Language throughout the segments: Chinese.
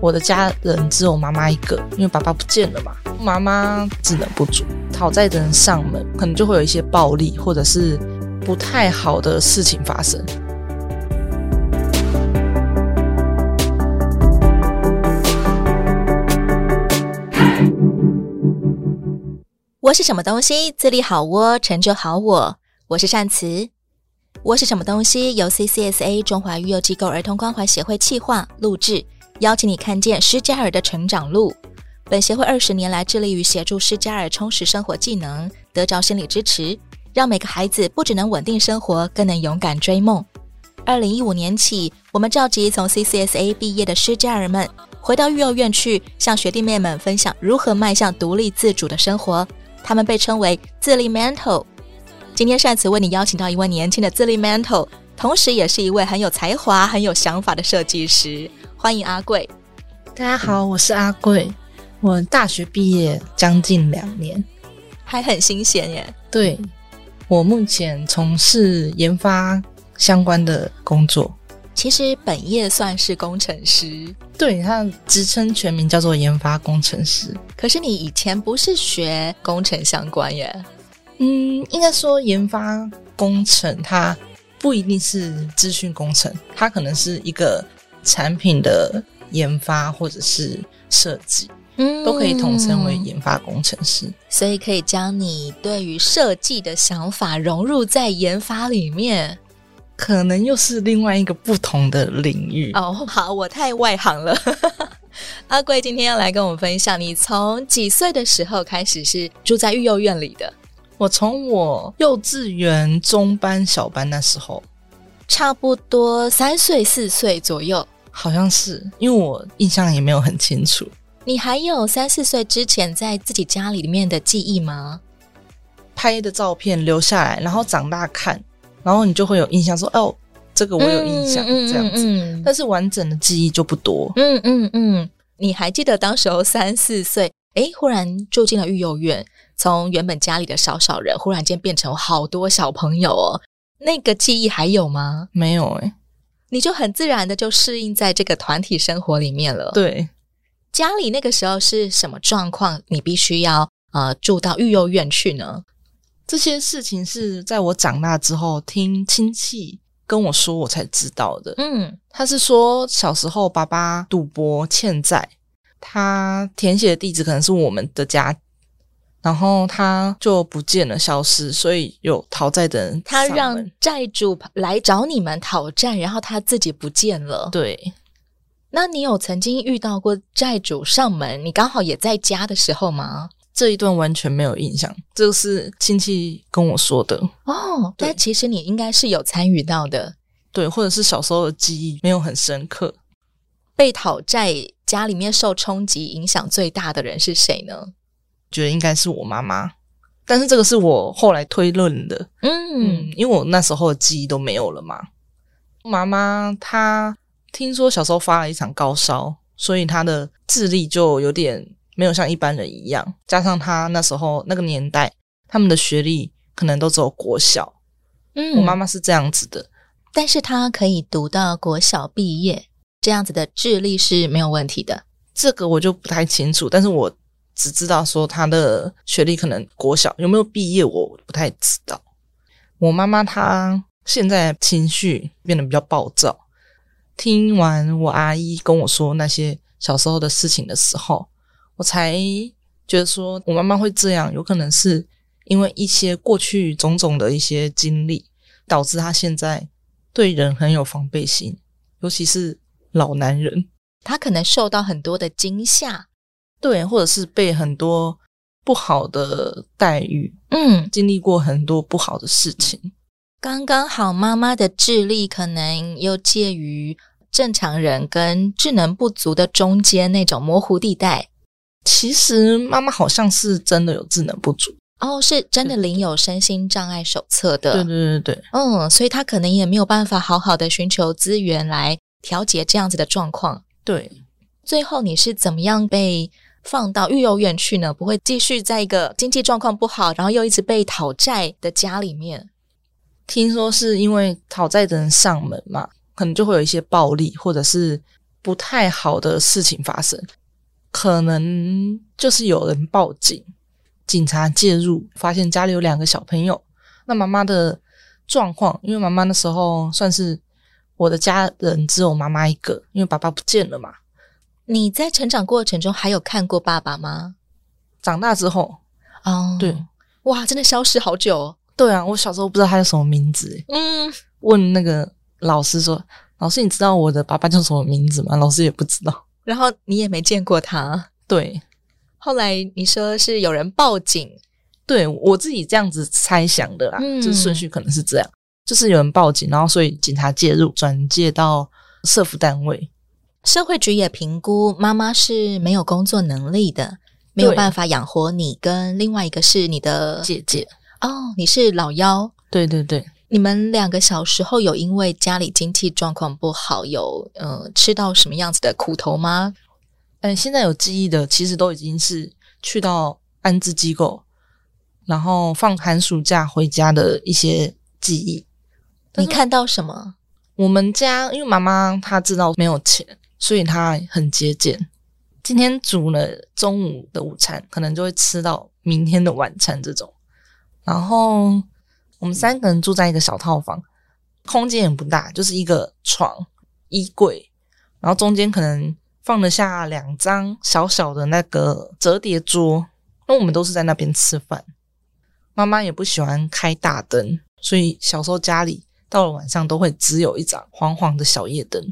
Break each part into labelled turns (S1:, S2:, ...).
S1: 我的家人只有妈妈一个，因为爸爸不见了嘛，妈妈智能不足，讨债的人上门，可能就会有一些暴力或者是不太好的事情发生。
S2: 我是什么东西？自立好我，成就好我。我是善慈。我是什么东西？由 CCSA 中华育幼机构儿童关怀协会企划录制，邀请你看见施加尔的成长路。本协会二十年来致力于协助施加尔充实生活技能，得着心理支持，让每个孩子不只能稳定生活，更能勇敢追梦。二零一五年起，我们召集从 CCSA 毕业的施加尔们，回到育幼院去，向学弟妹们分享如何迈向独立自主的生活。他们被称为自立 mentor。今天善慈为你邀请到一位年轻的自立 mentor，同时也是一位很有才华、很有想法的设计师。欢迎阿贵。
S1: 大家好，我是阿贵，我大学毕业将近两年，
S2: 还很新鲜耶。
S1: 对我目前从事研发相关的工作。
S2: 其实本业算是工程师，
S1: 对，他的职称全名叫做研发工程师。
S2: 可是你以前不是学工程相关耶？
S1: 嗯，应该说研发工程它不一定是资讯工程，它可能是一个产品的研发或者是设计，
S2: 嗯
S1: 都可以统称为研发工程师。
S2: 所以可以将你对于设计的想法融入在研发里面。
S1: 可能又是另外一个不同的领域。
S2: 哦，好，我太外行了。 阿贵今天要来跟我们分享，你从几岁的时候开始是住在育幼院里的？
S1: 我从我幼稚园中班、小班那时候，
S2: 差不多三岁四岁左右。
S1: 好像是因为我印象也没有很清楚，
S2: 你还有三四岁之前在自己家里面的记忆吗？
S1: 拍的照片留下来，然后长大看，然后你就会有印象说，哦，这个我有印象，这样子。
S2: 嗯
S1: 但是完整的记忆就不多。
S2: 嗯嗯嗯，你还记得当时候三四岁，诶，忽然住进了育幼院，从原本家里的少少人，忽然间变成好多小朋友哦。那个记忆还有吗？
S1: 没有哎、
S2: 你就很自然的就适应在这个团体生活里面了。，
S1: 对，
S2: 家里那个时候是什么状况？你必须要呃住到育幼院去呢？
S1: 这些事情是在我长大之后听亲戚跟我说，我才知道的。
S2: 嗯，
S1: 他是说小时候爸爸赌博欠债，他填写的地址可能是我们的家，然后他就不见了，消失，所以有讨债的人
S2: 他
S1: 上
S2: 让
S1: 门
S2: 债主来找你们讨债，然后他自己不见了。
S1: 对
S2: 那你有曾经遇到过债主上门，你刚好也在家的时候吗？
S1: 这一段完全没有印象，这个是亲戚跟我说的，
S2: 哦，
S1: 对
S2: 但其实你应该是有参与到的。
S1: 对，或者是小时候的记忆没有很深刻。
S2: 被讨债，家里面受冲击影响最大的人是谁呢？
S1: 觉得应该是我妈妈，但是这个是我后来推论的，
S2: 嗯
S1: 嗯，因为我那时候的记忆都没有了嘛。妈妈她听说小时候发了一场高烧，所以她的智力就有点没有像一般人一样，加上她那时候那个年代，他们的学历可能都只有国小。
S2: 嗯
S1: 我妈妈是这样子的，
S2: 但是他可以读到国小毕业，这样子的智力是没有问题的。
S1: 这个我就不太清楚，但是我只知道说她的学历可能国小有没有毕业，我不太知道。我妈妈她现在情绪变得比较暴躁。听完我阿姨跟我说那些小时候的事情的时候，我才觉得说嗯我妈妈会这样，有可能是因为一些过去种种的一些经历，导致她现在对人很有防备心，尤其是老男人。
S2: 他可能受到很多的惊吓，
S1: 对，或者是被很多不好的待遇，
S2: 嗯，
S1: 经历过很多不好的事情。
S2: 刚刚好妈妈的智力可能又介于正常人跟智能不足的中间那种模糊地带。
S1: 其实妈妈好像是真的有智能不足，
S2: 哦，是真的领有身心障碍手册的，
S1: 对对对对，
S2: 嗯，所以他可能也没有办法好好的寻求资源来调节这样子的状况。
S1: 对
S2: 最后你是怎么样被放到育幼院去呢？不会继续在一个经济状况不好，然后又一直被讨债的家里面？
S1: 听说是因为讨债的人上门嘛，可能就会有一些暴力或者是不太好的事情发生，可能就是有人报警，警察介入，发现家里有两个小朋友。那妈妈的状况，因为妈妈那时候算是我的家人只有妈妈一个，因为爸爸不见了嘛。
S2: 你在成长过程中还有看过爸爸吗？
S1: 长大之后，
S2: 哦，
S1: 对，
S2: 哇，真的消失好久、哦。
S1: 对啊，我小时候不知道他叫什么名字，欸
S2: 嗯，
S1: 问那个老师说：“老师，你知道我的爸爸叫什么名字吗？”老师也不知道。
S2: 然后你也没见过他。
S1: 对，
S2: 后来你说是有人报警，
S1: 对我自己这样子猜想的啦，
S2: 嗯
S1: 就是顺序可能是这样，就是有人报警，然后所以警察介入，转介到社服单位。
S2: 社会局也评估妈妈是没有工作能力的，没有
S1: 对
S2: 办法养活你，跟另外一个是你的
S1: 姐姐，
S2: 哦，你是老幺。
S1: 对对对，
S2: 你们两个小时候有因为家里经济状况不好，有呃吃到什么样子的苦头吗？
S1: 嗯，现在有记忆的其实都已经是去到安置机构，然后放寒暑假回家的一些记忆。但
S2: 你
S1: 是
S2: 看到什么？
S1: 我们家因为妈妈她知道没有钱，所以她很节俭。今天煮了中午的午餐，可能就会吃到明天的晚餐这种。然后我们三个人住在一个小套房，空间也不大，就是一个床、衣柜，然后中间可能放得下两张小小的那个折叠桌。那我们都是在那边吃饭。妈妈也不喜欢开大灯，所以小时候家里到了晚上都会只有一盏黄黄的小夜灯，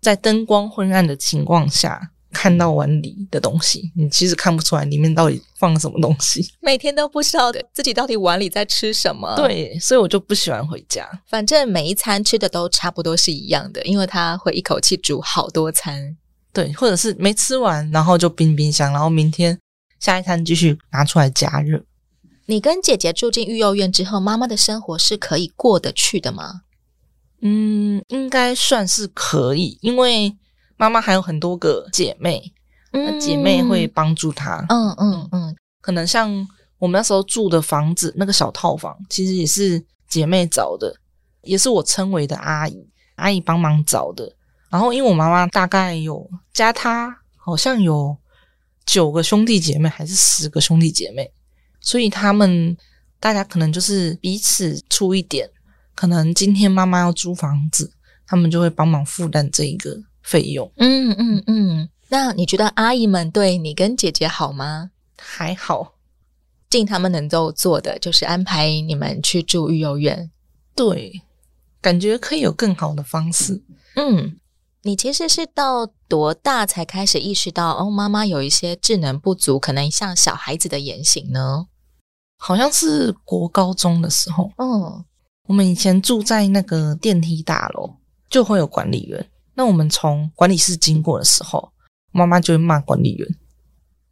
S1: 在灯光昏暗的情况下，看到碗里的东西，你其实看不出来里面到底放了什么东 西。
S2: 每天都不知道自己到底碗里在吃什么。，
S1: 对，所以我就不喜欢回家。
S2: 反正每一餐吃的都差不多是一样的，因为他会一口气煮好多餐。
S1: 对，或者是没吃完，然后就冰冰箱，然后明天下一餐继续拿出来加热。
S2: 你跟姐姐住进育幼院之后，妈妈的生活是可以过得去的吗？
S1: 嗯，应该算是可以，因为妈妈还有很多个姐妹，
S2: 呃
S1: 那姐妹会，帮助她。
S2: 嗯嗯嗯，
S1: 可能像我们那时候住的房子，那个小套房，其实也是姐妹找的，也是我称为的阿姨，阿姨帮忙找的。然后因为我妈妈大概有加她，好像有九个兄弟姐妹还是十个兄弟姐妹，所以他们大家可能就是彼此出一点，可能今天妈妈要租房子，他们就会帮忙负担这一个费用。
S2: 嗯嗯嗯。那你觉得阿姨们对你跟姐姐好吗？
S1: 还好，
S2: 尽他们能够做的，就是安排你们去住育幼院。
S1: 对，感觉可以有更好的方式。
S2: 嗯，你其实是到多大才开始意识到，哦，妈妈有一些智能不足，可能像小孩子的言行呢？
S1: 好像是国高中的时候，
S2: 哦，
S1: 我们以前住在那个电梯大楼，就会有管理员。那我们从管理室经过的时候，妈妈就会骂管理员，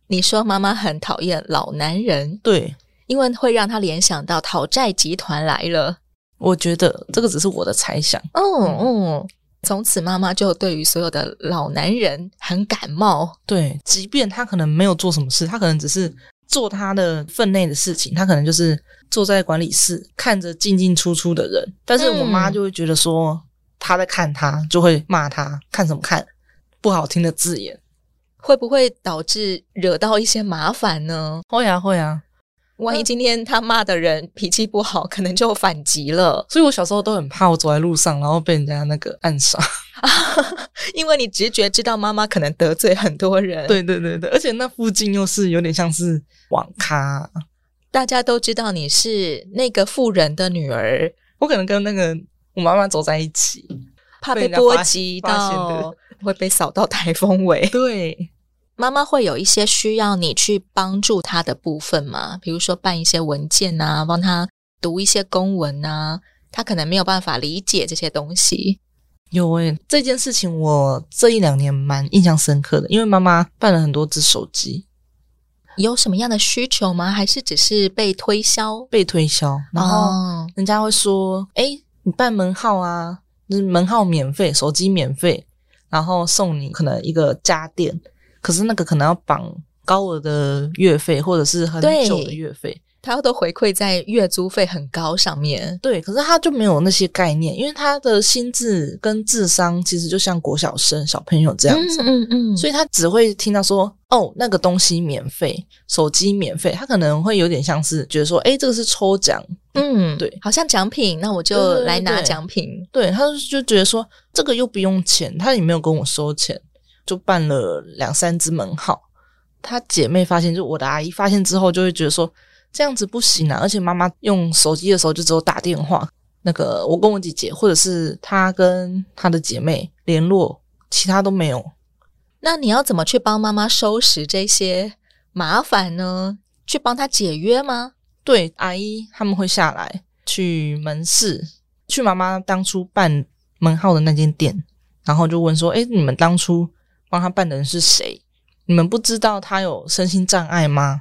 S2: 你说妈妈很讨厌老男人，
S1: 对
S2: 因为会让她联想到讨债集团来了。
S1: 我觉得这个只是我的猜想。
S2: 哦哦，从此妈妈就对于所有的老男人很感冒。
S1: 对，即便他可能没有做什么事，他可能只是做他的分内的事情，他可能就是坐在管理室看着进进出出的人，但是我妈
S2: 嗯
S1: 就会觉得说她在看他，就会骂他看什么看，不好听的字眼。
S2: 会不会导致惹到一些麻烦呢？
S1: 会啊会啊，
S2: 万一今天他骂的人脾气不好，可能就反击了，
S1: 所以我小时候都很怕，我走在路上，然后被人家那个暗 杀。
S2: 因为你直觉知道妈妈可能得罪很多人。，
S1: 对对对对，而且那附近又是有点像是网咖，
S2: 大家都知道你是那个富人的女儿，
S1: 我可能跟那个我妈妈走在一起。
S2: 怕
S1: 被
S2: 被
S1: 人家
S2: 波
S1: 发
S2: 及
S1: 发现
S2: 到，会被扫到台风尾。
S1: 对，
S2: 妈妈会有一些需要你去帮助她的部分吗？比如说办一些文件啊，帮她读一些公文啊，她可能没有办法理解这些东西。
S1: 有诶、这件事情我这一两年蛮印象深刻的，因为妈妈办了很多只手机
S2: 有什么样的需求吗？还是只是被推销？
S1: 被推销，然后
S2: 哦
S1: 人家会说：“哎、你办门号啊，就是门号免费，手机免费，然后送你可能一个家电，可是那个可能要绑高额的月费或者是很
S2: 对
S1: 久的月费。”
S2: 他都回馈在月租费很高上面。
S1: 对，可是他就没有那些概念，因为他的心智跟智商其实就像国小生小朋友这样子，
S2: 嗯嗯
S1: 所以他只会听到说哦那个东西免费，手机免费，他可能会有点像是觉得说，哎，这个是抽奖，
S2: 嗯，
S1: 对
S2: 好像奖品，那我
S1: 对对
S2: 就
S1: 对
S2: 来拿
S1: 对
S2: 奖品。
S1: 对，他就觉得说这个又不用钱，他也没有跟我收钱，就办了两三只门号。他姐妹发现，就我的阿姨发现之后，就会觉得说这样子不行啊，而且妈妈用手机的时候就只有打电话。那个我跟我姐姐，或者是她跟她的姐妹联络，其他都没有。
S2: 那你要怎么去帮妈妈收拾这些麻烦呢？去帮她解约吗？
S1: 对，阿姨他们会下来去门市，去妈妈当初办门号的那间店，然后就问说：“哎，你们当初帮他办的人是谁？你们不知道他有身心障碍吗？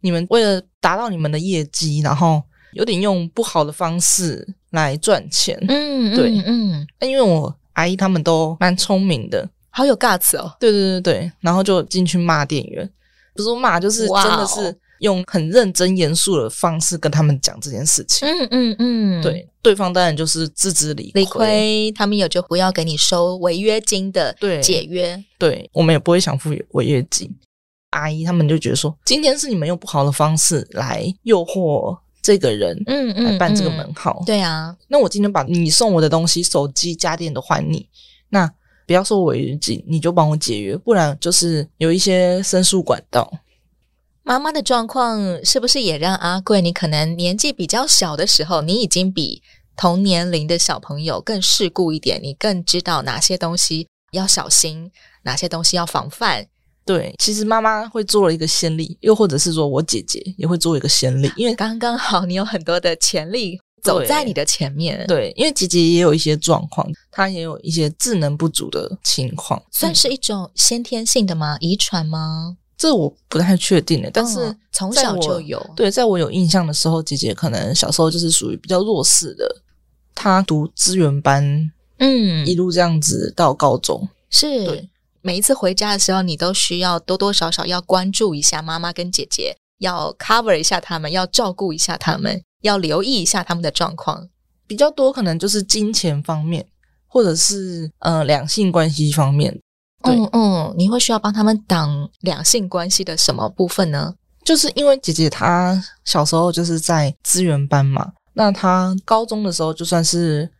S1: 你们为了达到你们的业绩，然后有点用不好的方式来赚钱。
S2: 嗯
S1: 对
S2: 嗯，
S1: 那因为我阿姨他们都蛮聪明的，
S2: 好有 guts 哦。
S1: 对对对对，然后就进去骂店员，不是说骂，就是真
S2: 哇
S1: 的
S2: 哦
S1: 是用很认真严肃的方式跟他们讲这件事情。
S2: 嗯嗯嗯，。
S1: 对，对方当然就是自知理
S2: 理亏，他们有就不要给你收违约金的
S1: 对
S2: 解约，
S1: 对我们也不会想付违约金。阿姨他们就觉得说，今天是你们用不好的方式来诱惑这个人
S2: 嗯
S1: 来
S2: 嗯，
S1: 办这个
S2: 嗯
S1: 门号。
S2: 对啊，
S1: 那我今天把你送我的东西，手机、家电都还你，那不要说违约金，你就帮我解约，不然就是有一些申诉管道。
S2: 妈妈的状况是不是也让阿贵？你可能年纪比较小的时候，你已经比同年龄的小朋友更世故一点，你更知道哪些东西要小心，哪些东西要防 范。
S1: 对，其实妈妈会做了一个先例，又或者是说我姐姐也会做一个先例，因为
S2: 刚刚好，你有很多的潜力走在你的前面，，
S1: 对，因为姐姐也有一些状况，她也有一些智能不足的情况，
S2: 算是一种先天性的吗？遗传吗？
S1: 这我不太确定的。但是、
S2: 哦从
S1: 在
S2: 小
S1: 我
S2: 就有，
S1: 对，在我有印象的时候，姐姐可能小时候就是属于比较弱势的，她读资源班，
S2: 嗯
S1: 一，路这样子到高中。
S2: 是
S1: 对
S2: 每一次回家的时候，你都需要多多少少要关注一下妈妈跟姐姐，要 cover 一下他们，要照顾一下他们，要留意一下他们的状况。
S1: 比较多可能就是金钱方面，或者是呃两性关系方面，对
S2: 嗯嗯，你会需要帮他们挡两性关系的什么部分呢？
S1: 就是因为姐姐她小时候就是在资源班嘛，那她高中的时候就算是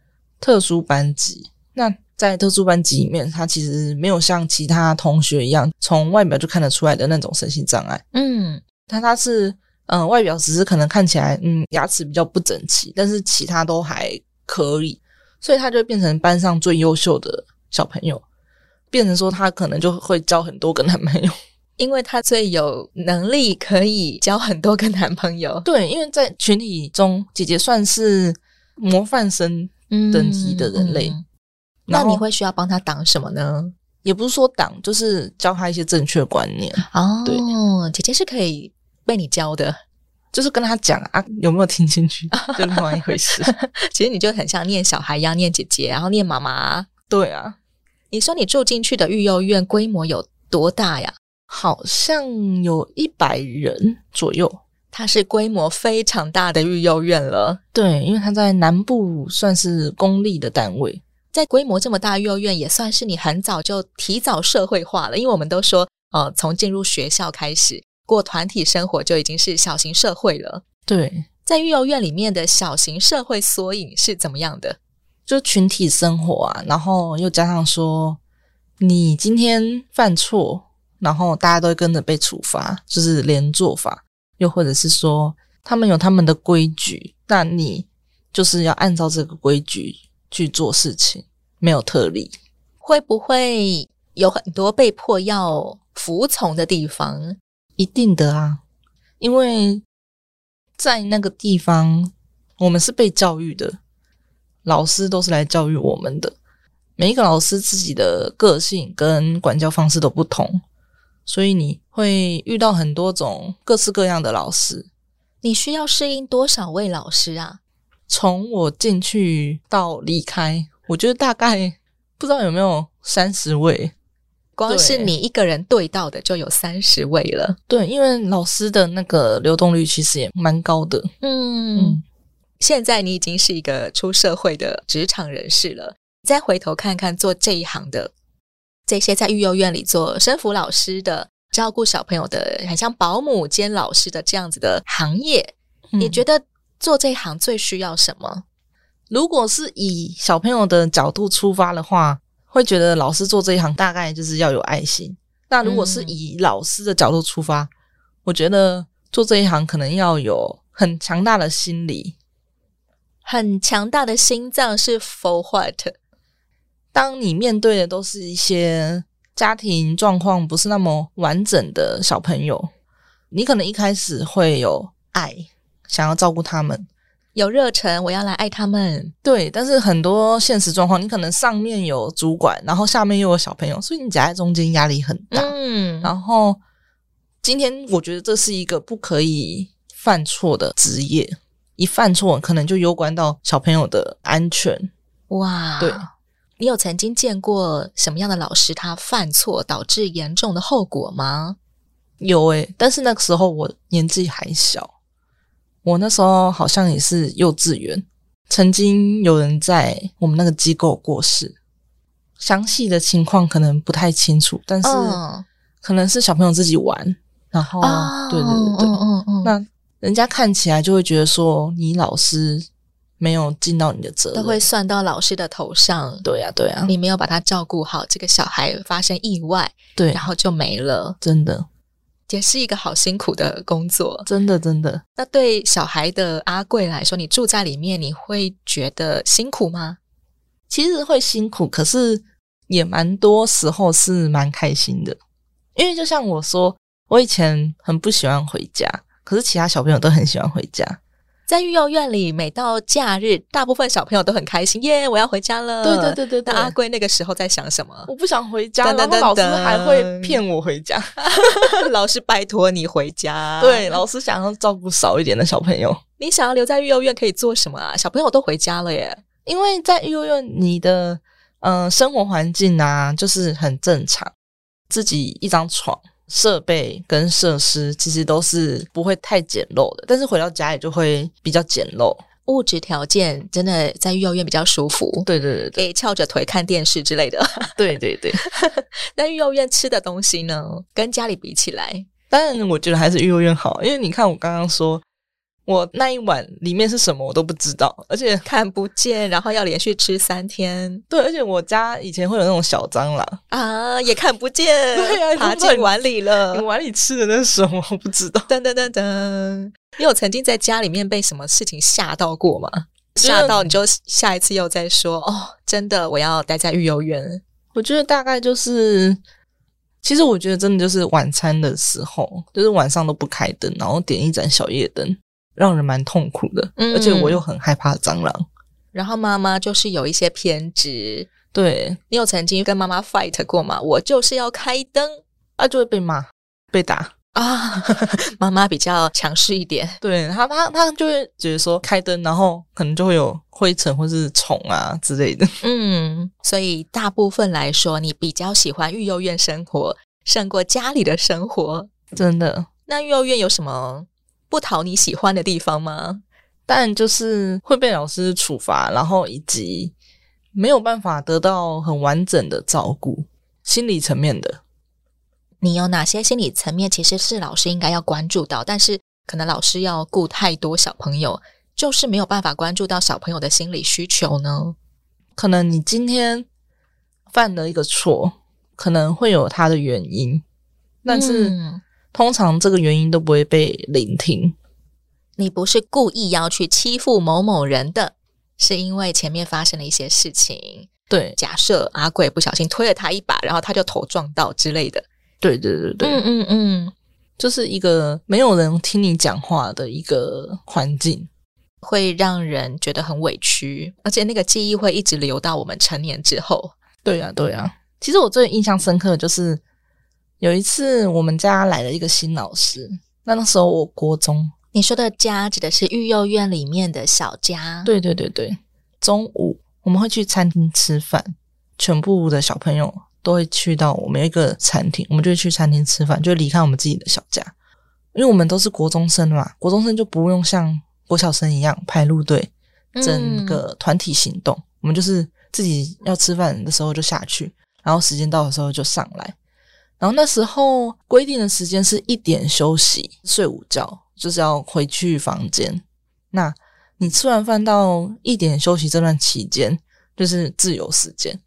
S1: 特殊班级。那在特殊班级里面，她其实没有像其他同学一样，从外表就看得出来的那种身心障碍。
S2: 嗯，
S1: 但她是，嗯、外表只是可能看起来，嗯，牙齿比较不整齐，但是其他都还可以，所以她就会变成班上最优秀的小朋友，变成说她可能就会交很多个男朋友。
S2: 因为她最有能力，可以交很多个男朋友，
S1: 对，因为在群体中，姐姐算是模范生，
S2: 嗯
S1: 等级的人类
S2: 嗯
S1: 然
S2: 那
S1: 后
S2: 你会需要帮他挡什么呢？
S1: 也不是说党，就是教她一些正确观念，对
S2: 哦，姐姐是可以被你教的，
S1: 就是跟她讲啊，有没有听进去，就另外一回事。
S2: 其实你就很像念小孩一样念姐姐，然后念妈妈，
S1: 对啊，
S2: 你说你住进去的育幼院规模有多大呀？
S1: 好像有一百人左右。
S2: 它是规模非常大的育幼院了。
S1: 对，因为她在南部算是公立的单位，
S2: 在规模这么大的育幼院，也算是你很早就提早社会化了。因为我们都说，呃，从进入学校开始过团体生活就已经是小型社会了。
S1: 对，
S2: 在育幼院里面的小型社会缩影是怎么样的？
S1: 就群体生活啊，然后又加上说，你今天犯错，然后大家都会跟着被处罚，就是连坐法，又或者是说他们有他们的规矩，那你就是要按照这个规矩去做事情，没有特例。
S2: 会不会有很多被迫要服从的地方？
S1: 一定的啊，因为在那个地方，我们是被教育的，老师都是来教育我们的。每一个老师自己的个性跟管教方式都不同，所以你会遇到很多种各式各样的老师。
S2: 你需要适应多少位老师啊？
S1: 从我进去到离开，我觉得大概不知道有没有三十位，
S2: 光是
S1: 对
S2: 你一个人对到的就有三十位了。
S1: 对，因为老师的那个流动率其实也蛮高的。
S2: 嗯
S1: 嗯，
S2: 现在你已经是一个出社会的职场人士了，再回头看看做这一行的这些在育幼院里做生辅老师的、照顾小朋友的，很像保姆兼老师的这样子的行业，你觉
S1: 得，
S2: 得做这一行最需要什么？
S1: 如果是以小朋友的角度出发的话，会觉得老师做这一行大概就是要有爱心。那如果是
S2: 嗯
S1: 以老师的角度出发，我觉得做这一行可能要有很强大的心理。
S2: 很强大的心脏是 for what？
S1: 当你面对的都是一些家庭状况不是那么完整的小朋友，你可能一开始会有爱，想要照顾他们，
S2: 有热忱，我要来爱他们。
S1: 对，但是很多现实状况，你可能上面有主管，然后下面又有小朋友，所以你夹在中间压力很大。
S2: 嗯，
S1: 然后今天我觉得这是一个不可以犯错的职业，一犯错可能就攸关到小朋友的安全。
S2: 哇，
S1: 对，
S2: 你有曾经见过什么样的老师他犯错导致严重的后果吗？
S1: 有诶、但是那个时候我年纪还小，我那时候好像也是幼稚园，曾经有人在我们那个机构过世，详细的情况可能不太清楚，但是。
S2: 嗯，
S1: 可能是小朋友自己玩，然后、
S2: 哦，
S1: 对对对对，
S2: 嗯嗯嗯，
S1: 那人家看起来就会觉得说你老师没有尽到你的责
S2: 都
S1: 任，
S2: 会算到老师的头上。
S1: 对呀、对呀、啊
S2: 你没有把他照顾好，这个小孩发生意外，
S1: 对啊
S2: 然，后就没了，
S1: 真的
S2: 也是一个好辛苦的工作。
S1: 真的真的，
S2: 那对小孩的阿贵来说，你住在里面，你会觉得辛苦吗？
S1: 其实会辛苦，可是也蛮多时候是蛮开心的，因为就像我说，我以前很不喜欢回家，可是其他小朋友都很喜欢回家，
S2: 在育幼院里，每到假日，大部分小朋友都很开心，耶！我要回家了。
S1: 对对对对对
S2: 那阿贵那个时候在想什么？
S1: 我不想回家，
S2: 噔噔
S1: 然后老师
S2: 噔噔
S1: 还会骗我回家，
S2: 老师拜托你回 家。
S1: 对，老师想要照顾少一点的小朋友。
S2: 你想要留在育幼院可以做什么啊？小朋友都回家了耶。
S1: 因为在幼幼你的嗯、呃生活环境啊，就是很正常，自己一张床、设备跟设施其实都是不会太简陋的，但是回到家里就会比较简陋。
S2: 物质条件真的在育幼院比较舒服，
S1: 对对对
S2: 可
S1: 对
S2: 以翘着腿看电视之类的。
S1: 对对对，
S2: 那育幼院吃的东西呢，跟家里比起来，
S1: 但我觉得还是幼幼院好，因为你看我刚刚说。我那一碗里面是什么我都不知道，而且
S2: 看不见，然后要连续吃三天
S1: 对，而且我家以前会有那种小蟑螂，
S2: 啊，也看不见，
S1: 对啊
S2: 爬
S1: 你不知道
S2: 进
S1: 你
S2: 碗里
S1: 你
S2: 了。
S1: 碗里吃的那是什么我不知道。
S2: 噔噔噔噔，你有曾经在家里面被什么事情吓到过吗？
S1: 啊
S2: 吓到你就下一次又再说哦，真的我要待在育幼院。
S1: 我觉得大概就是，其实我觉得真的就是晚餐的时候，就是晚上都不开灯，然后点一盏小夜灯，让人蛮痛苦的。
S2: 嗯
S1: 而且我又很害怕蟑螂。
S2: 然后妈妈就是有一些偏执。
S1: 对，
S2: 你有曾经跟妈妈 fight 过吗？我就是要开灯
S1: 啊，就会被骂、被打。
S2: 啊！妈妈比较强势一点，
S1: 对他，他他就会觉得说开灯，然后可能就会有灰尘或是虫啊之类的。
S2: 嗯，所以大部分来说，你比较喜欢育幼院生活胜过家里的生活。
S1: 真的，
S2: 那育幼院有什么不讨你喜欢的地方吗？
S1: 但就是会被老师处罚，然后以及没有办法得到很完整的照顾，心理层面的。
S2: 你有哪些心理层面其实是老师应该要关注到，但是可能老师要顾太多小朋友，就是没有办法关注到小朋友的心理需求呢？
S1: 可能你今天犯了一个错，可能会有它的原因，但是、
S2: 嗯
S1: 通常这个原因都不会被聆听。
S2: 你不是故意要去欺负某某人的，是因为前面发生了一些事情。
S1: 对，
S2: 假设阿贵不小心推了他一把，然后他就头撞到之类的。
S1: 对，对，对，对，
S2: 嗯嗯，
S1: 就是一个没有人听你讲话的一个环境。
S2: 会让人觉得很委屈，而且那个记忆会一直留到我们成年之后。
S1: 对呀、对呀、啊其实我最印象深刻的就是有一次我们家来了一个新老师，那那时候我国中，
S2: 你说的家指的是育幼院里面的小家，，
S1: 对，对，对，对，中午我们会去餐厅吃饭，全部的小朋友都会去到我们有一个餐厅，我们就会去餐厅吃饭，就离开我们自己的小家，因为我们都是国中生嘛，国中生就不用像国小生一样排路队，整
S2: 嗯
S1: 个团体行动，我们就是自己要吃饭的时候就下去，然后时间到的时候就上来。然后那时候规定的时间是一点休息，睡午觉，就是要回去房间。那你吃完饭到一点休息这段期间，就是自由时间。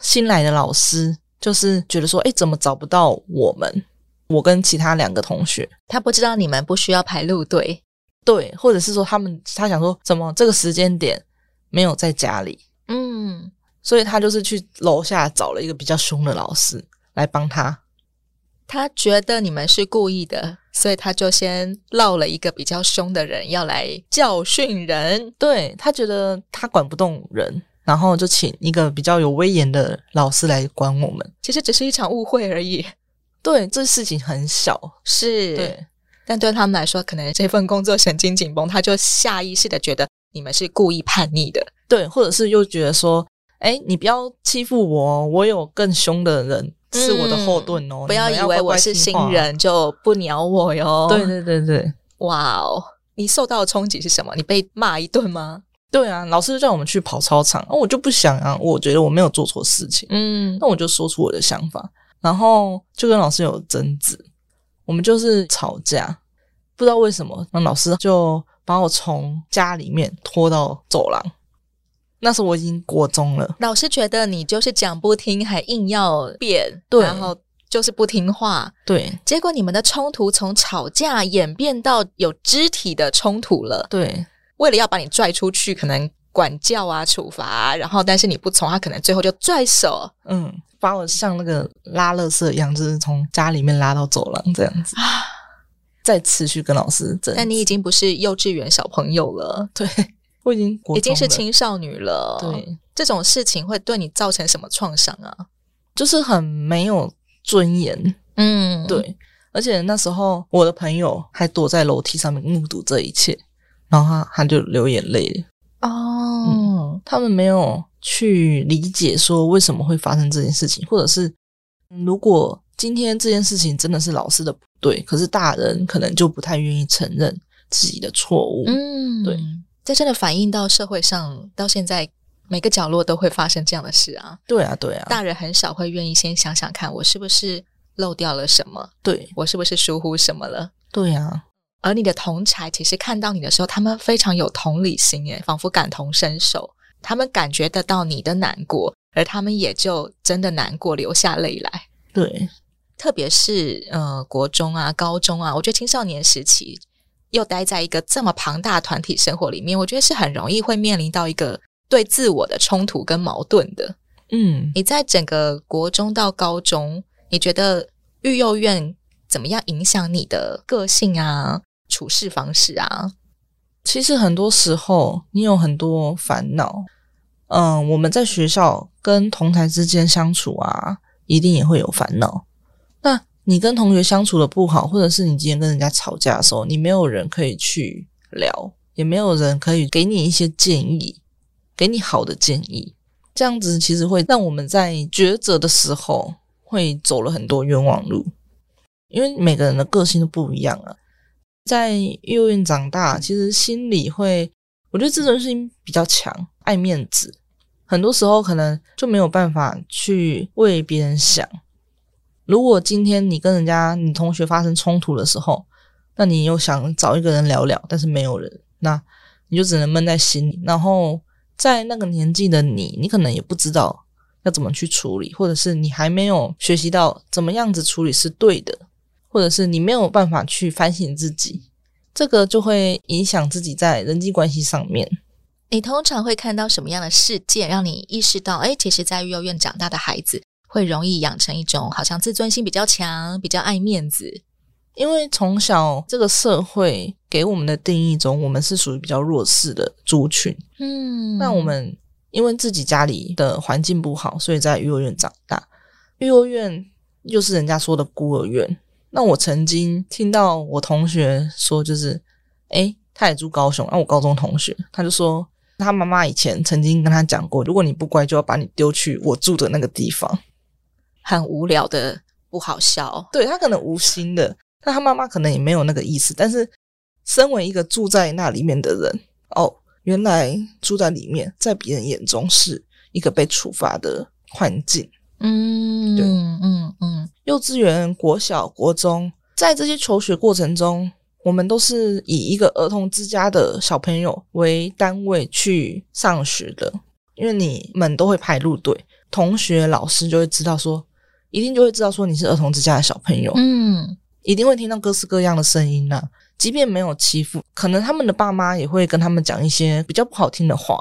S1: 新来的老师就是觉得说，哎，怎么找不到我们？我跟其他两个同学，
S2: 他不知道你们不需要排路队，
S1: 对，或者是说他们他想说，怎么这个时间点没有在家里？
S2: 嗯，
S1: 所以他就是去楼下找了一个比较凶的老师来帮他。
S2: 他觉得你们是故意的，所以他就先落了一个比较凶的人要来教训人。
S1: 对他觉得他管不动人，然后就请一个比较有威严的老师来管我们。
S2: 其实只是一场误会而已，
S1: 对，这事情很小，
S2: 是
S1: 对
S2: 但对他们来说，可能这份工作神经紧绷，他就下意识的觉得你们是故意叛逆的。
S1: 对，或者是又觉得说，哎，你不要欺负我哦，我有更凶的人是我的后盾哦，
S2: 不要
S1: 你
S2: 以
S1: 们
S2: 为
S1: 乖乖
S2: 我是
S1: 听
S2: 新
S1: 话。
S2: 人就不鸟我哟。
S1: 对，对对对
S2: 哇哦，你受到的冲击是什么？你被骂一顿吗？
S1: 对啊！老师就叫我们去跑操场，哦、我就不想啊，我觉得我没有做错事情。
S2: 嗯，
S1: 那我就说出我的想法，然后就跟老师有争执，我们就是吵架，不知道为什么，那老师就把我从家里面拖到走廊。那时候我已经国中了，
S2: 老师觉得你就是讲不听，还硬要变，
S1: 对
S2: 然后就是不听话。
S1: 对
S2: 结果你们的冲突从吵架演变到有肢体的冲突了。
S1: 对
S2: 为了要把你拽出去，可能管教啊、处罚、啊，然后但是你不从，他可能最后就拽手
S1: 嗯，把我像那个拉垃圾一样，就是从家里面拉到走廊这样子，
S2: 啊。
S1: 再持续跟老师争。
S2: 但你已经不是幼稚园小朋友了，
S1: 对我已经国
S2: 已经
S1: 中
S2: 是
S1: 了
S2: 青少女了。，
S1: 对，
S2: 这种事情会对你造成什么创伤啊？
S1: 就是很没有尊严。
S2: 嗯，
S1: 对，而且那时候我的朋友还躲在楼梯上面目睹这一切，然后他他就流眼泪了。
S2: 哦，
S1: 他们没有去理解说为什么会发生这件事情，或者是嗯如果今天这件事情真的是老师的不对，可是大人可能就不太愿意承认自己的错误。
S2: 嗯，
S1: 对，
S2: 这真的反映到社会上，到现在每个角落都会发生这样的事啊。
S1: 对啊，对啊，
S2: 大人很少会愿意先想想看，我是不是漏掉了什么，
S1: 对
S2: 我是不是疏忽什么了。
S1: 对啊，
S2: 而你的同才其实看到你的时候，他们非常有同理心，耶，仿佛感同身受，他们感觉得到你的难过，而他们也就真的难过，流下泪来。
S1: 对
S2: 特别是呃，国中啊、高中啊，我觉得青少年时期又待在一个这么庞大的团体生活里面，我觉得是很容易会面临到一个对自我的冲突跟矛盾的。
S1: 嗯。
S2: 你在整个国中到高中，你觉得育幼院怎么样影响你的个性啊、处事方式啊？
S1: 其实很多时候你有很多烦恼，嗯，我们在学校跟同台之间相处啊，一定也会有烦恼。那你跟同学相处的不好，或者是你今天跟人家吵架的时候，你没有人可以去聊，也没有人可以给你一些建议，给你好的建议。这样子其实会让我们在抉择的时候会走了很多冤枉路，因为每个人的个性都不一样啊。在幼院长大，其实心里会，我觉得自尊心比较强，爱面子，很多时候可能就没有办法去为别人想。如果今天你跟人家你同学发生冲突的时候，那你又想找一个人聊聊，但是没有人，那你就只能闷在心里。然后在那个年纪的你，你可能也不知道要怎么去处理，或者是你还没有学习到怎么样子处理是对的，或者是你没有办法去反省自己，这个就会影响自己在人际关系上面。
S2: 你通常会看到什么样的事件，让你意识到，哎，其实，在育幼院长大的孩子会容易养成一种好像自尊心比较强、比较爱面子。
S1: 因为从小这个社会给我们的定义中，我们是属于比较弱势的族群。
S2: 嗯
S1: 那我们因为自己家里的环境不好，所以在育幼院长大。育幼院又是人家说的孤儿院。那我曾经听到我同学说，就是，诶，他也住高雄，啊那、我高中同学，他就说他妈妈以前曾经跟他讲过，如果你不乖，就要把你丢去我住的那个地方。
S2: 很无聊的不好笑。
S1: 对他可能无心的，但他妈妈可能也没有那个意思。但是，身为一个住在那里面的人，哦，原来住在里面，在别人眼中是一个被处罚的环境。
S2: 嗯，
S1: 对
S2: 嗯嗯，
S1: 幼稚园、国小、国中，在这些求学过程中，我们都是以一个儿童之家的小朋友为单位去上学的，因为你们都会排路队，同学、老师就会知道说，一定就会知道说你是儿童之家的小朋友，
S2: 嗯
S1: 一定会听到各式各样的声音呐、即便没有欺负，可能他们的爸妈也会跟他们讲一些比较不好听的话。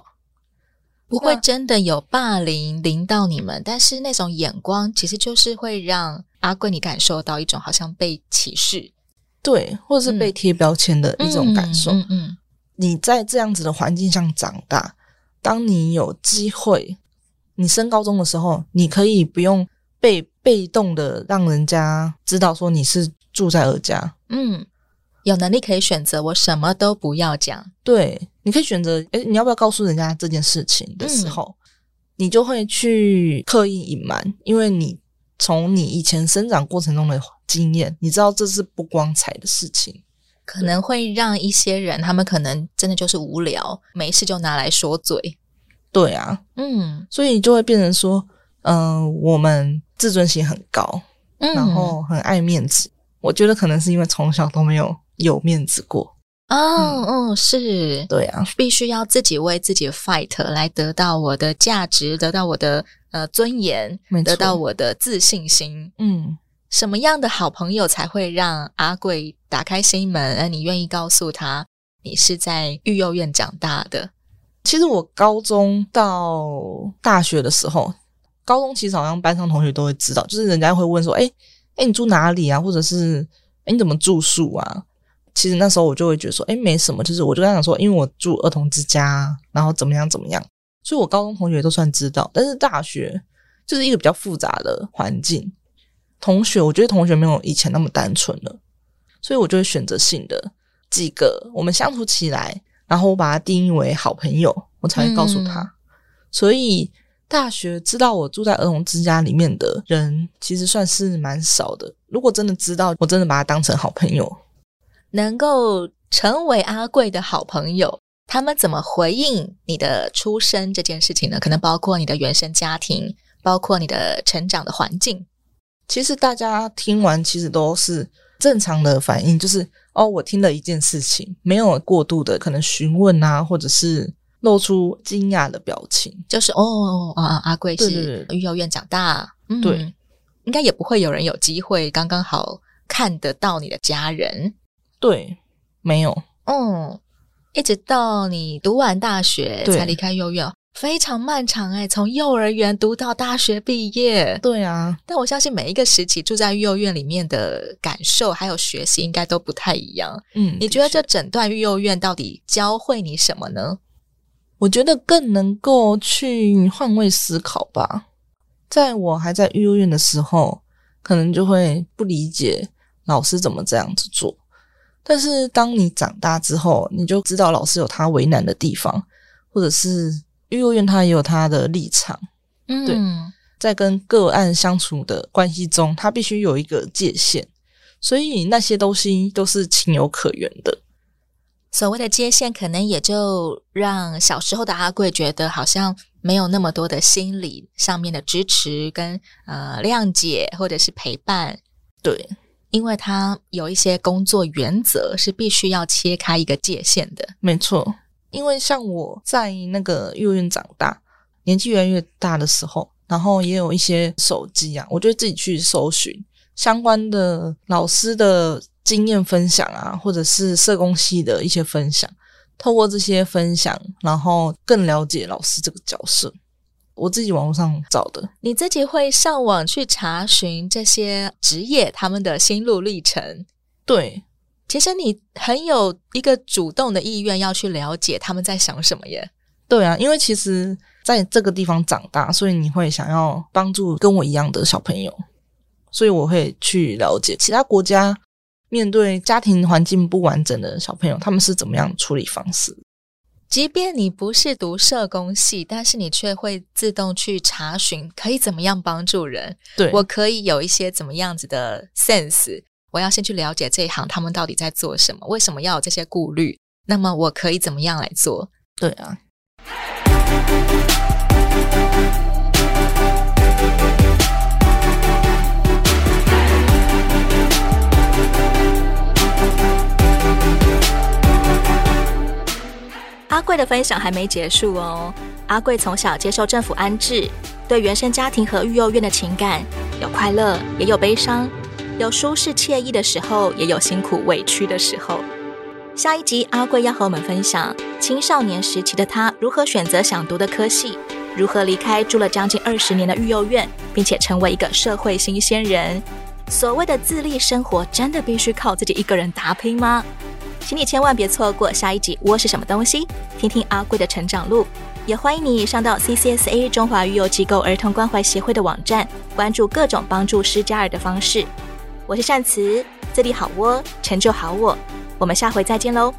S2: 不会
S1: 那
S2: 真的有霸凌淋到你们，但是那种眼光其实就是会让阿贵你感受到一种好像被歧视
S1: 对，或者是被
S2: 嗯
S1: 贴标签的一种感受。
S2: 嗯嗯
S1: 你在这样子的环境下长大，当你有机会，你升高中的时候，你可以不用被被动的让人家知道说你是住在二家，
S2: 嗯嗯，有能力可以选择，我什么都不要讲。
S1: 对，你可以选择，诶，你要不要告诉人家这件事情的时
S2: 嗯
S1: 候，你就会去刻意隐瞒，因为你从你以前生长过程中的经验，你知道这是不光彩的事情，
S2: 可能会让一些人，他们可能真的就是无聊，没事就拿来说嘴。
S1: 对啊，
S2: 嗯
S1: 所以就会变成说，嗯、我们自尊心很高，
S2: 嗯，
S1: 然后很爱面子。我觉得可能是因为从小都没有有面子过。
S2: 哦哦是。
S1: 对啊，
S2: 必须要自己为自己 fight 来得到我的价值，得到我的呃尊严
S1: 没，错
S2: 得到我的自信心。
S1: 嗯，
S2: 什么样的好朋友才会让阿贵打开心门？呃而你愿意告诉他，你是在育幼院长大的。
S1: 其实我高中到大学的时候，高中其实好像班上同学都会知道，就是人家会问说：“哎、诶哎、你住哪里啊？”或者是“哎、你怎么住宿啊？”其实那时候我就会觉得说：“哎、没什么。”就是我就跟他讲说：“因为我住儿童之家啊，然后怎么样怎么样。”所以，我高中同学都算知道，但是大学就是一个比较复杂的环境。同学，我觉得同学没有以前那么单纯了，所以我就会选择性的几个我们相处起来，然后我把它定义为好朋友，我才会告诉他。
S2: 嗯
S1: 所以大学知道我住在儿童之家里面的人，其实算是蛮少的。如果真的知道，我真的把他当成好朋友，
S2: 能够成为阿贵的好朋友，他们怎么回应你的出生这件事情呢？可能包括你的原生家庭，包括你的成长的环境。
S1: 其实大家听完其实都是正常的反应，就是哦，我听了一件事情，没有过度的可能询问啊，或者是露出惊讶的表情。
S2: 就是哦啊，阿贵
S1: 对
S2: 是
S1: 对对
S2: 育幼院长大，嗯
S1: 对，
S2: 应该也不会有人有机会刚刚好看得到你的家人。
S1: 对，没有，
S2: 嗯，一直到你读完大学
S1: 对
S2: 才离开幼院，非常漫长哎、从幼儿园读到大学毕业。
S1: 对啊，
S2: 但我相信每一个时期住在育幼院里面的感受还有学习应该都不太一样。
S1: 嗯，
S2: 你觉得这整段育幼院到底教会你什么呢？
S1: 我觉得更能够去换位思考吧。在我还在育幼院的时候，可能就会不理解老师怎么这样子做。但是当你长大之后，你就知道老师有他为难的地方，或者是育幼院他也有他的立场。
S2: 嗯
S1: 对在跟个案相处的关系中，他必须有一个界限，所以那些东西都是情有可原的。
S2: 所谓的界限，可能也就让小时候的阿贵觉得好像没有那么多的心理上面的支持跟呃谅解或者是陪伴，
S1: 对，
S2: 因为他有一些工作原则是必须要切开一个界限的。
S1: 没错，因为像我在那个幼儿园长大，年纪越来越大的时候，然后也有一些手机啊，我就会自己去搜寻相关的老师的经验分享啊，或者是社工系的一些分享，透过这些分享，然后更了解老师这个角色。我自己网络上找的，
S2: 你自己会上网去查询这些职业他们的心路历程。
S1: 对，
S2: 其实你很有一个主动的意愿要去了解他们在想什么耶。
S1: 对啊，因为其实在这个地方长大，所以你会想要帮助跟我一样的小朋友，所以我会去了解其他国家面对家庭环境不完整的小朋友，他们是怎么样处理方式。
S2: 即便你不是读社工系，但是你却会自动去查询可以怎么样帮助人。
S1: 对，
S2: 我可以有一些怎么样子的 sense，我要先去了解这一行他们到底在做什么，为什么要有这些顾虑。那么我可以怎么样来做？
S1: 对啊，
S2: 阿贵的分享还没结束哦。阿贵从小接受政府安置，对原生家庭和育幼院的情感有快乐，也有悲伤，有舒适惬意的时候，也有辛苦委屈的时候。下一集阿贵要和我们分享青少年时期的他如何选择想读的科系，如何离开住了将近二十年的育幼院，并且成为一个社会新鲜人。所谓的自立生活，真的必须靠自己一个人打拼吗？请你千万别错过下一集《窝是什么东西》，听听阿贵的成长路。也欢迎你上到 CCSA 中华育幼机构儿童关怀协会的网站，关注各种帮助施加尔的方式。我是善慈，自立好窝，成就好我。我们下回再见喽，